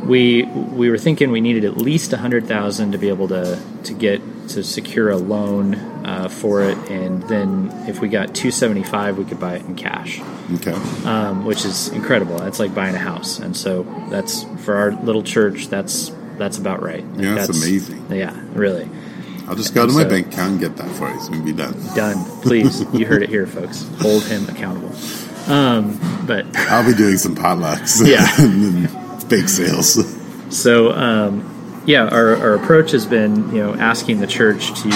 B: we we were thinking we needed at least a hundred thousand to be able to to get to secure a loan uh, for it, and then if we got two seventy five, we could buy it in cash
A: Okay,
B: um, which is incredible. That's like buying a house, and so that's for our little church. That's that's about right. Like,
A: Yeah, that's amazing.
B: Yeah, really
A: I'll just go to my
B: So-
A: bank account and get that for you, so we'll be done.
B: done. Please, you heard it here, folks. Hold him accountable. Um, but
A: I'll be doing some potlucks,
B: Yeah.
A: and then bake sales.
B: so um, yeah, our, our approach has been you know asking the church to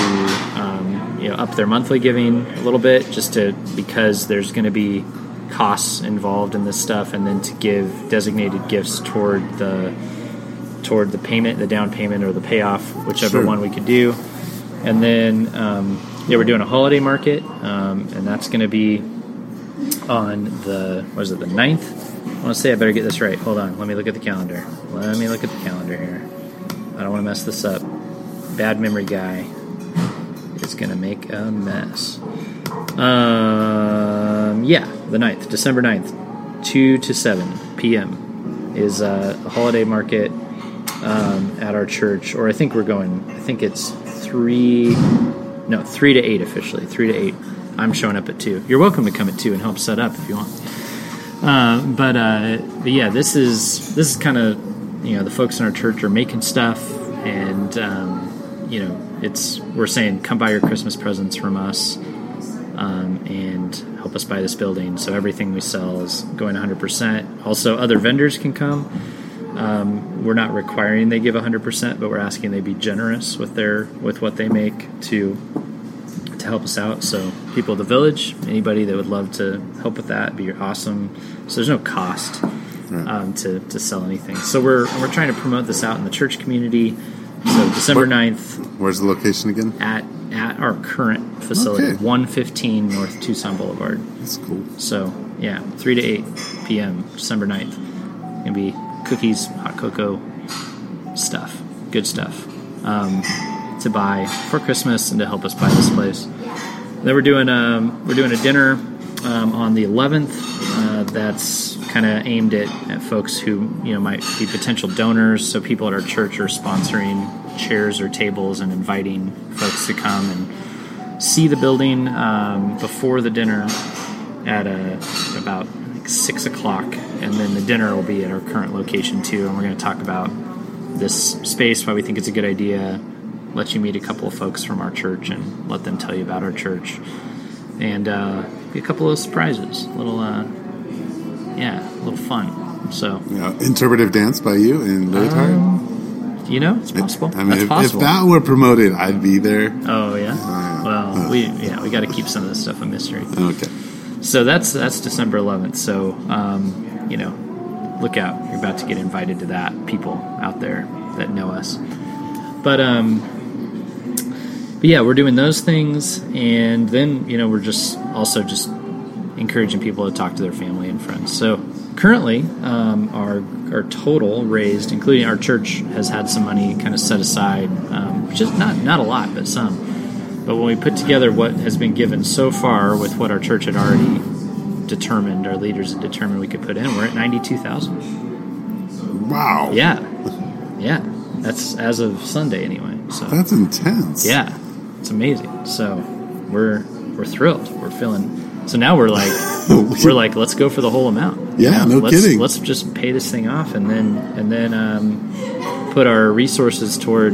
B: um, you know up their monthly giving a little bit, just to because there's going to be costs involved in this stuff, and then to give designated gifts toward the toward the payment, the down payment, or the payoff, whichever
A: Sure.
B: one we could do. And then, um, yeah, we're doing a holiday market, um, and that's going to be on the, what is it, the 9th? I want to say I better get this right. Hold on. Let me look at the calendar. Let me look at the calendar here. I don't want to mess this up. Bad memory guy is going to make a mess. Um, yeah, the 9th, December 9th, 2 to 7 p.m. is uh, a holiday market um, at our church, or I think we're going, I think it's 3, no, 3 to 8 officially, 3 to 8. I'm showing up at 2. You're welcome to come at 2 and help set up if you want. Uh, but, uh, but yeah, this is this is kind of you know the folks in our church are making stuff, and um, you know it's we're saying come buy your Christmas presents from us um, and help us buy this building. So everything we sell is going 100%. Also, other vendors can come. Um, we're not requiring they give 100%, but we're asking they be generous with their with what they make to to help us out. So people of the village, anybody that would love to help with that, be awesome. So there's no cost
A: Hmm.
B: um, to, to sell anything. So we're we're trying to promote this out in the church community. So December
A: What-
B: 9th,
A: Where's the location again?
B: at at our current facility,
A: Okay.
B: 115 North Tucson Boulevard.
A: That's cool.
B: So yeah, three to eight p.m. December 9th. Gonna be cookies, hot cocoa, stuff, good stuff um, to buy for Christmas and to help us buy this place. Then we're doing um, we're doing a dinner um, on the 11th. Uh, that's kind of aimed at, at folks who you know might be potential donors. So people at our church are sponsoring chairs or tables and inviting folks to come and see the building um, before the dinner at uh about like six o'clock, and then the dinner will be at our current location too. And we're going to talk about this space, why we think it's a good idea. Let you meet a couple of folks from our church and let them tell you about our church, and uh, be a couple of surprises, little uh, yeah, a little fun. So
A: Yeah, interpretive dance by you in Leotard.
B: Um, you know, it's possible.
A: I mean,
B: That's
A: if, if
B: possible.
A: that were promoted, I'd be there.
B: oh yeah. Well, we yeah we got to keep some of this stuff a mystery.
A: Okay.
B: So that's that's December 11th. So um, you know, look out. You're about to get invited to that. People out there that know us. But um, but yeah, we're doing those things, and then you know we're just also just encouraging people to talk to their family and friends. So currently, um, our our total raised, including our church, has had some money kind of set aside, um, which is not not a lot, but some. But when we put together what has been given so far with what our church had already determined, our leaders had determined we could put in, we're at ninety two thousand.
A: Wow.
B: Yeah, yeah. That's as of Sunday, anyway. So
A: That's intense.
B: yeah, it's amazing. So we're we're thrilled. We're feeling. So now we're like we're like let's go for the whole amount.
A: Yeah, no
B: let's,
A: kidding.
B: Let's just pay this thing off and then and then um, put our resources toward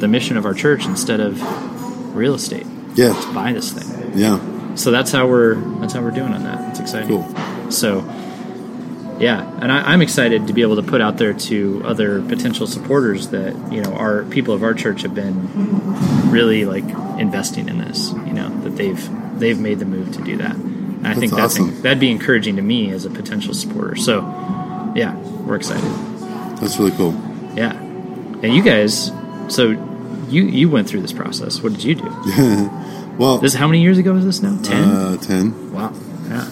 B: the mission of our church instead of real estate.
A: Yeah.
B: Buy this thing.
A: Yeah.
B: So that's how we're that's how we're doing on that. It's exciting.
A: Cool.
B: So, yeah, and I, I'm excited to be able to put out there to other potential supporters that you know our people of our church have been really like investing in this. You know that they've they've made the move to do that. And I think
A: That's
B: that's en-
A: awesome.
B: that'd be encouraging to me as a potential supporter. So, yeah, we're excited.
A: That's really cool.
B: Yeah, and you guys, so you you went through this process. What did you do?
A: Well,
B: This how many years ago was this now? Ten.
A: uh, 10.
B: wow. Yeah.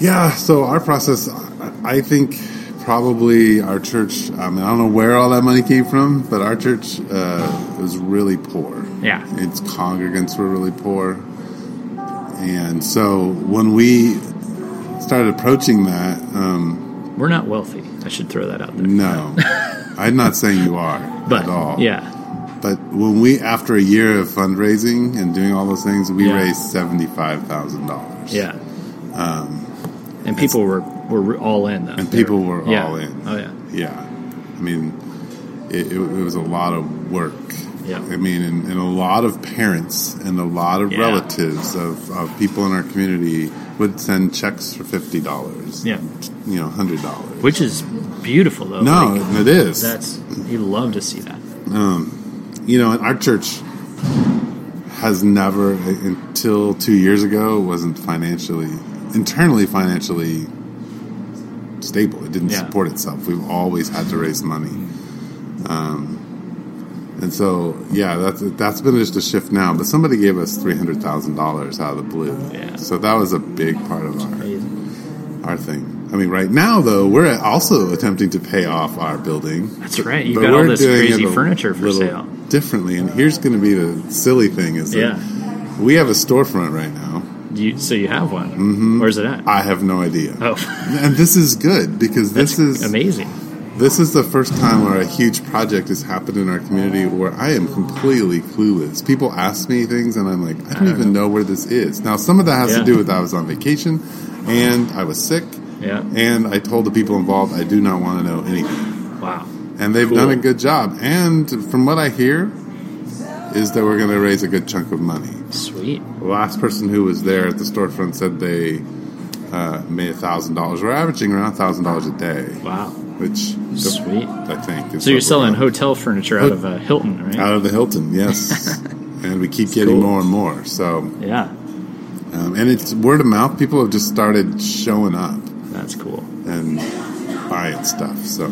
A: Yeah, so our process, I- I think probably our church, I mean, I don't know where all that money came from, but our church uh, was really poor.
B: Yeah.
A: Its congregants were really poor. And so when we started approaching that, um,
B: We're not wealthy. I should throw that out there.
A: no, I'm not saying you are
B: But
A: at all.
B: yeah,
A: But when we, after a year of fundraising and doing all those things, we
B: Yeah.
A: raised $75,000.
B: yeah. and people were were all in though.
A: Um, And
B: They
A: people were
B: yeah.
A: all in.
B: Oh yeah.
A: Yeah, I mean, it, it, it was a lot of work.
B: Yeah.
A: I mean, and, and a lot of parents and a lot of
B: Yeah.
A: relatives of, of people in our community would send checks for fifty dollars.
B: Yeah.
A: you know, hundred dollars.
B: Which is beautiful though.
A: No,
B: Like,
A: it is.
B: that's you love to see that.
A: you know, and our church has never until two years ago wasn't financially internally financially stable. It didn't
B: Yeah.
A: support itself. We've always had to raise money, um,
B: Mm-hmm.
A: and so yeah, that's that's been just a shift now. But somebody gave us three hundred thousand dollars out of the blue,
B: Yeah.
A: so that was a big part of our
B: Amazing.
A: our thing. I mean, right now though, we're also attempting to pay off our building.
B: That's right. You've
A: But
B: got all
A: we're
B: this
A: doing
B: crazy
A: it a
B: furniture for
A: little
B: sale.
A: Differently, and here's going to be the silly thing is that
B: Yeah.
A: we have a storefront right now.
B: Do you so you have one. Mm-hmm. Where's it at?
A: I have no idea,
B: oh,
A: and this is good because this is
B: amazing.
A: this is the first time where a huge project has happened in our community where I am completely clueless. People ask me things, and I'm like, I don't, even know. where this is. Now, some of that has
B: Yeah.
A: to do with I was on vacation, and I was sick,
B: Yeah.
A: and I told the people involved I do not want to know anything.
B: Wow.
A: and they've
B: Cool.
A: done a good job. And from what I hear, is that we're going to raise a good chunk of money.
B: Sweet.
A: The last person who was there at the storefront said they uh, made thousand dollars. We're averaging around thousand dollars a day,
B: Wow.
A: which
B: Sweet.
A: I think. Is
B: So
A: what
B: you're
A: we're
B: selling
A: gonna-
B: hotel furniture out of uh, Hilton, right?
A: out of the Hilton, yes. and we keep getting
B: cool.
A: more and more. So,
B: yeah.
A: um, and it's word of mouth. People have just started showing up
B: That's cool.
A: and buying stuff. So,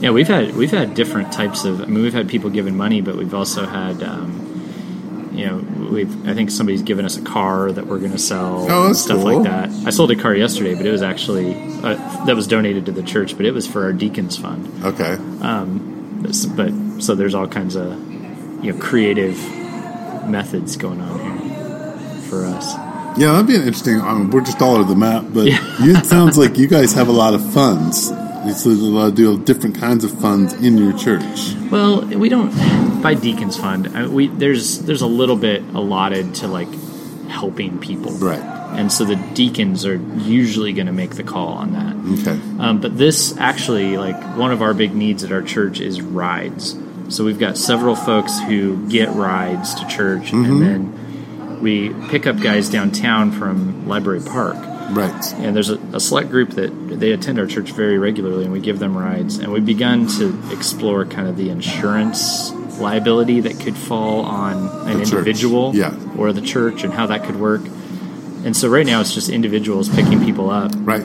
B: Yeah, we've had we've had different types of. I mean, we've had people giving money, but we've also had, um, you know, we've. I think somebody's given us a car that we're going to sell.
A: Oh, that's
B: stuff
A: cool.
B: like that. I sold a car yesterday, but it was actually uh, that was donated to the church, but it was for our deacons fund.
A: okay,
B: But, but so there's all kinds of you know creative methods going on here for us.
A: Yeah, that'd be an interesting. I mean, we're just all over the map, but
B: Yeah.
A: you, it sounds like you guys have a lot of funds. So there's a lot of do different kinds of funds in your church.
B: Well, we don't by deacons fund. I, we there's there's a little bit allotted to like helping people,
A: Right.
B: And so the deacons are usually going to make the call on that.
A: Okay.
B: Um, but this actually, like one of our big needs at our church is rides. So we've got several folks who get rides to church, and then we pick up guys downtown from Library Park
A: Right.
B: and there's a, a select group that they attend our church very regularly and we give them rides and we've begun to explore kind of the insurance liability that could fall on an
A: The church,
B: individual
A: yeah.
B: or the church and how that could work and so right now it's just individuals picking people up
A: Right.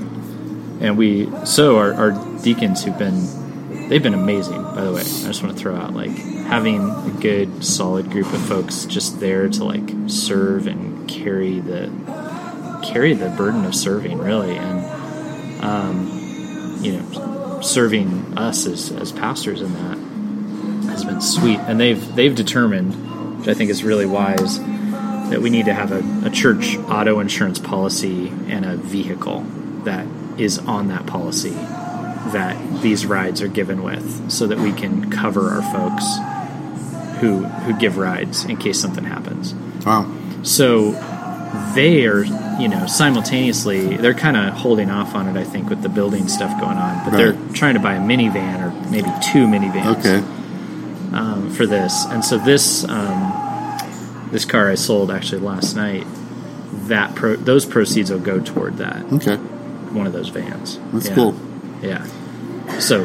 B: and we so our, our deacons who've been they've been amazing by the way i just want to throw out like having a good solid group of folks just there to like serve and carry the carry the burden of serving really and um, you know serving us as, as pastors in that has been sweet and they've they've determined which i think is really wise that we need to have a, a church auto insurance policy and a vehicle that is on that policy that these rides are given with so that we can cover our folks who who give rides in case something happens
A: Wow.
B: so they are, you know, simultaneously they're kind of holding off on it. I think with the building stuff going on, but they're
A: Right.
B: trying to buy a minivan or maybe two minivans
A: Okay.
B: um, for this. And so this um, this car I sold actually last night. That pro- those proceeds will go toward that
A: Okay.
B: one of those vans.
A: That's
B: Yeah.
A: cool.
B: Yeah. So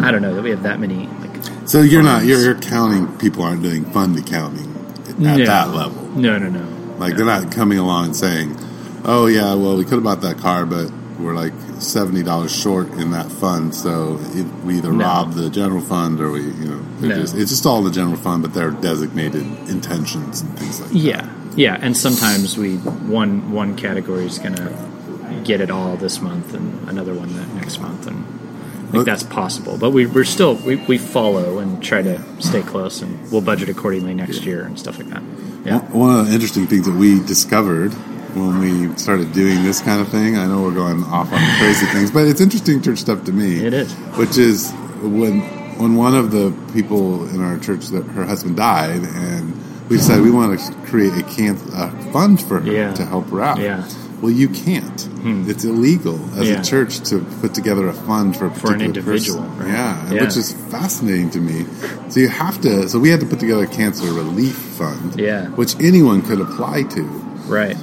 B: I don't know that we have that many. Like,
A: So you're not
B: funds.
A: you're, you're counting. People aren't doing fund accounting at
B: No.
A: that level.
B: No, no, no.
A: Like
B: No.
A: they're not coming along and saying, "Oh yeah, well we could have bought that car, but we're like seventy dollars short in that fund, so it, we either
B: No.
A: rob the general fund or we you know they're
B: No.
A: just, it's just all the general fund, but they're designated intentions and things like that.
B: Yeah, yeah, and sometimes we one one category is gonna get it all this month, and another one that next month, and like
A: Look-
B: that's possible. But we, we're still we, we follow and try to stay close, and we'll budget accordingly next year and stuff like that. Yeah,
A: One of the interesting things that we discovered when we started doing this kind of thing, I know we're going off on crazy things, but it's interesting church stuff to me.
B: It is.
A: Which is when when one of the people in our church that her husband died and we decided we want to create a can a fund for her
B: Yeah.
A: to help her out.
B: Yeah. Hmm.
A: Well, you can't. It's illegal as
B: Yeah.
A: a church to put together a fund for a
B: For an
A: particular
B: individual,
A: person.
B: right?
A: Yeah,
B: Yeah.
A: which is fascinating to me. So you have to. So we had to put together a cancer relief fund.
B: Yeah.
A: which anyone could apply to.
B: right.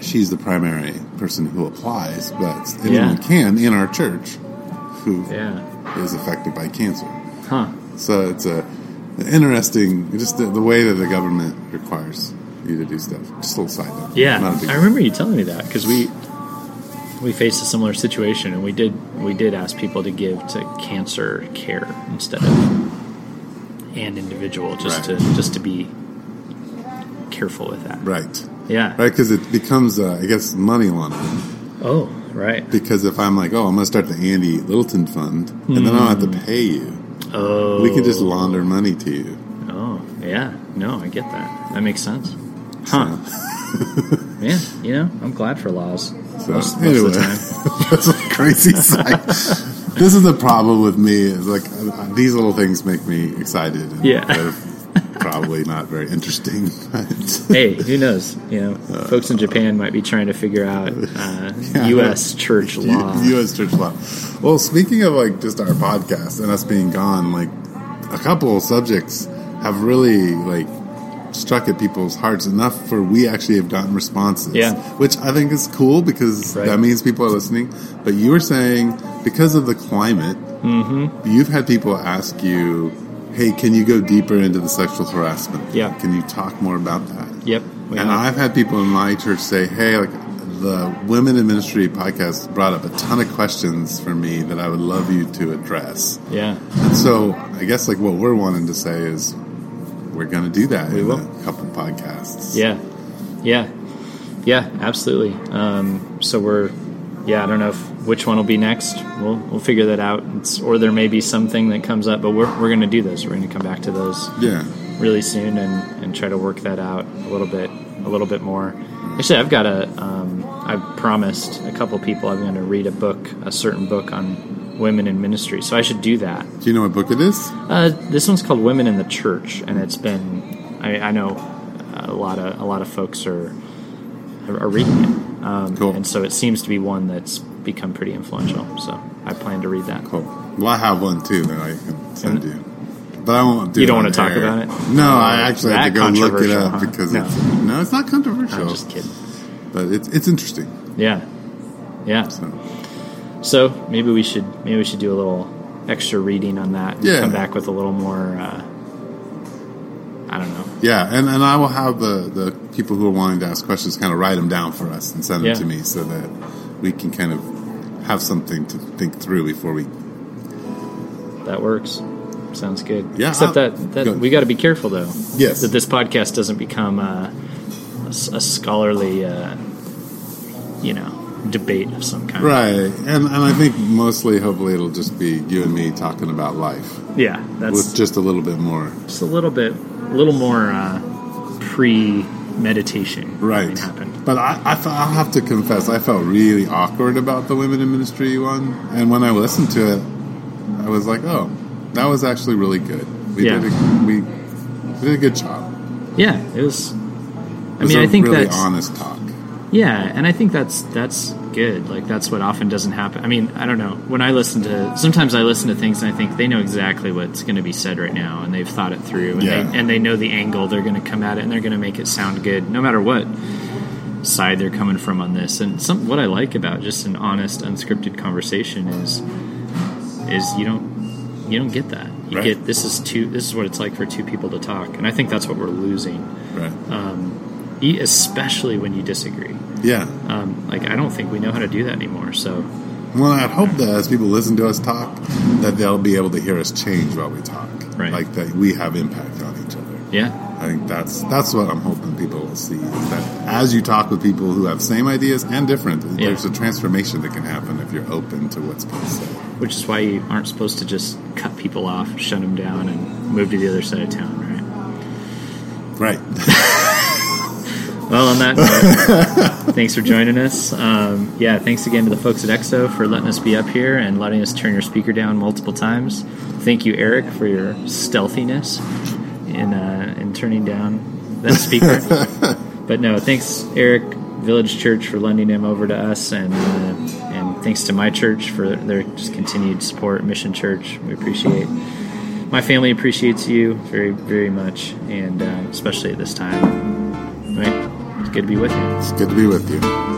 A: She's the primary person who applies, but anyone
B: Yeah.
A: can in our church who is
B: Yeah,
A: affected by cancer.
B: huh?
A: So it's a an interesting, just the, the way that the government requires you to do stuff. Just a little side note.
B: Yeah,
A: Not a big
B: I remember you telling me that because we we faced a similar situation, and we did we did ask people to give to cancer care instead of and individual, just
A: Right.
B: to just to be careful with that.
A: Right.
B: Yeah.
A: Right, because it becomes, uh, I guess, money laundering.
B: Oh, right.
A: Because if I'm like, oh, I'm going to start the Andy Littleton Fund, and then I don't have to pay you.
B: Hmm. Oh,
A: We can just launder money to you.
B: Oh, yeah. No, I get that. That makes sense. Huh? yeah. You know, I'm glad for laws.
A: So,
B: most, most
A: anyway,
B: of the time.
A: that's a crazy sight. this is the problem with me. Is like uh, these little things make me excited. And
B: Yeah.
A: they're probably not very interesting. But
B: hey, who knows? You know,
A: Uh,
B: folks in Japan might be trying to figure out uh, U.S. church law.
A: U- U.S. church law. Well, speaking of like just our podcast and us being gone, like a couple of subjects have really like struck at people's hearts enough for we actually have gotten responses.
B: Yeah.
A: Which I think is cool because
B: Right.
A: that means people are listening. But you were saying because of the climate,
B: Mm-hmm.
A: you've had people ask you, hey, can you go deeper into the sexual harassment?
B: Yeah.
A: Can you talk more about that?
B: Yep. we
A: And
B: have.
A: I've had people in my church say, "Hey, like the Women in Ministry podcast brought up a ton of questions for me that I would love you to address."
B: yeah.
A: And so, I guess like what we're wanting to say is we're going to do that in
B: will.
A: a couple podcasts.
B: Yeah. Yeah. Yeah. Absolutely. Um, so we're. Yeah, I don't know if, which one will be next. We'll we'll figure that out. It's, or there may be something that comes up, but we're we're going to do those. We're going to come back to those
A: Yeah.
B: really soon and, and try to work that out a little bit a little bit more. Actually, I've got a um, I've promised a couple people I'm going to read a book, a certain book on women in ministry. So I should do that.
A: Do you know what book it is?
B: Uh, this one's called "Women in the Church," and it's been I, I know a lot of a lot of folks are are reading it, um,
A: Cool.
B: and so it seems to be one that's become pretty influential. So I plan to read that.
A: Cool. Well, I have one too that I can send you. But I won't do
B: You
A: it
B: don't
A: on
B: wanna talk
A: air.
B: about it?
A: No, I actually have
B: That
A: to go look it
B: controversial,
A: up
B: huh?
A: because
B: No.
A: it's no, it's not controversial.
B: I'm just kidding.
A: But it's it's interesting.
B: Yeah, yeah.
A: So
B: So maybe we should maybe we should do a little extra reading on that. and
A: Yeah.
B: Come back with a little more. Uh, I don't know.
A: Yeah, and, and I will have the, the people who are wanting to ask questions kind of write them down for us and send them
B: Yeah.
A: to me so that we can kind of have something to think through before we.
B: That works. Sounds good.
A: Yeah,
B: Except
A: I'll-
B: that, that
A: go.
B: we got to be careful though.
A: Yes.
B: That this podcast doesn't become uh, a, s- a scholarly, uh, you know, debate of some kind.
A: Right, and and I think mostly, hopefully, it'll just be you and me talking about life
B: Yeah,
A: with
B: that's
A: just a little bit more.
B: just a little bit, a little more uh, pre-meditation.
A: Right.
B: Happened.
A: But I, I, fe- I'll have to confess, I felt really awkward about the women in ministry one, and when I listened to it, I was like, oh, that was actually really good. We
B: Yeah.
A: did a, we, we did a good job.
B: Yeah, it was.
A: It
B: I
A: was
B: mean,
A: a
B: I think
A: really
B: that's
A: honest talk.
B: Yeah, and I think that's that's good. Like that's what often doesn't happen. I mean, I don't know. When I listen to sometimes I listen to things and I think they know exactly what's going to be said right now and they've thought it through and
A: Yeah.
B: they and they know the angle they're going to come at it and they're going to make it sound good no matter what side they're coming from on this. And some what I like about just an honest unscripted conversation is is you don't you don't get that. You
A: Right.
B: get this is two this is what it's like for two people to talk. And I think that's what we're losing.
A: Right.
B: E- especially when you disagree
A: yeah.
B: um, like I don't think we know how to do that anymore. So
A: Well, I hope that as people listen to us talk, that they'll be able to hear us change while we talk.
B: Right.
A: Like that we have impact on each other.
B: yeah,
A: I think that's that's what I'm hoping people will see is that as you talk with people who have same ideas and different,
B: Yeah.
A: there's a transformation that can happen if you're open to what's being said.
B: which is why you aren't supposed to just cut people off, shut them down, and move to the other side of town,
A: Right.
B: right? Well, on that note, thanks for joining us. Um, yeah, thanks again to the folks at EXO for letting us be up here and letting us turn your speaker down multiple times. Thank you, Eric, for your stealthiness in uh, in turning down that speaker. But no, thanks, Eric Village Church, for lending him over to us, and uh, and thanks to my church for their just continued support, Mission Church. We appreciate. My family appreciates you very, very much, and uh, especially at this time. All right, it's good to be with you.
A: it's good to be with you.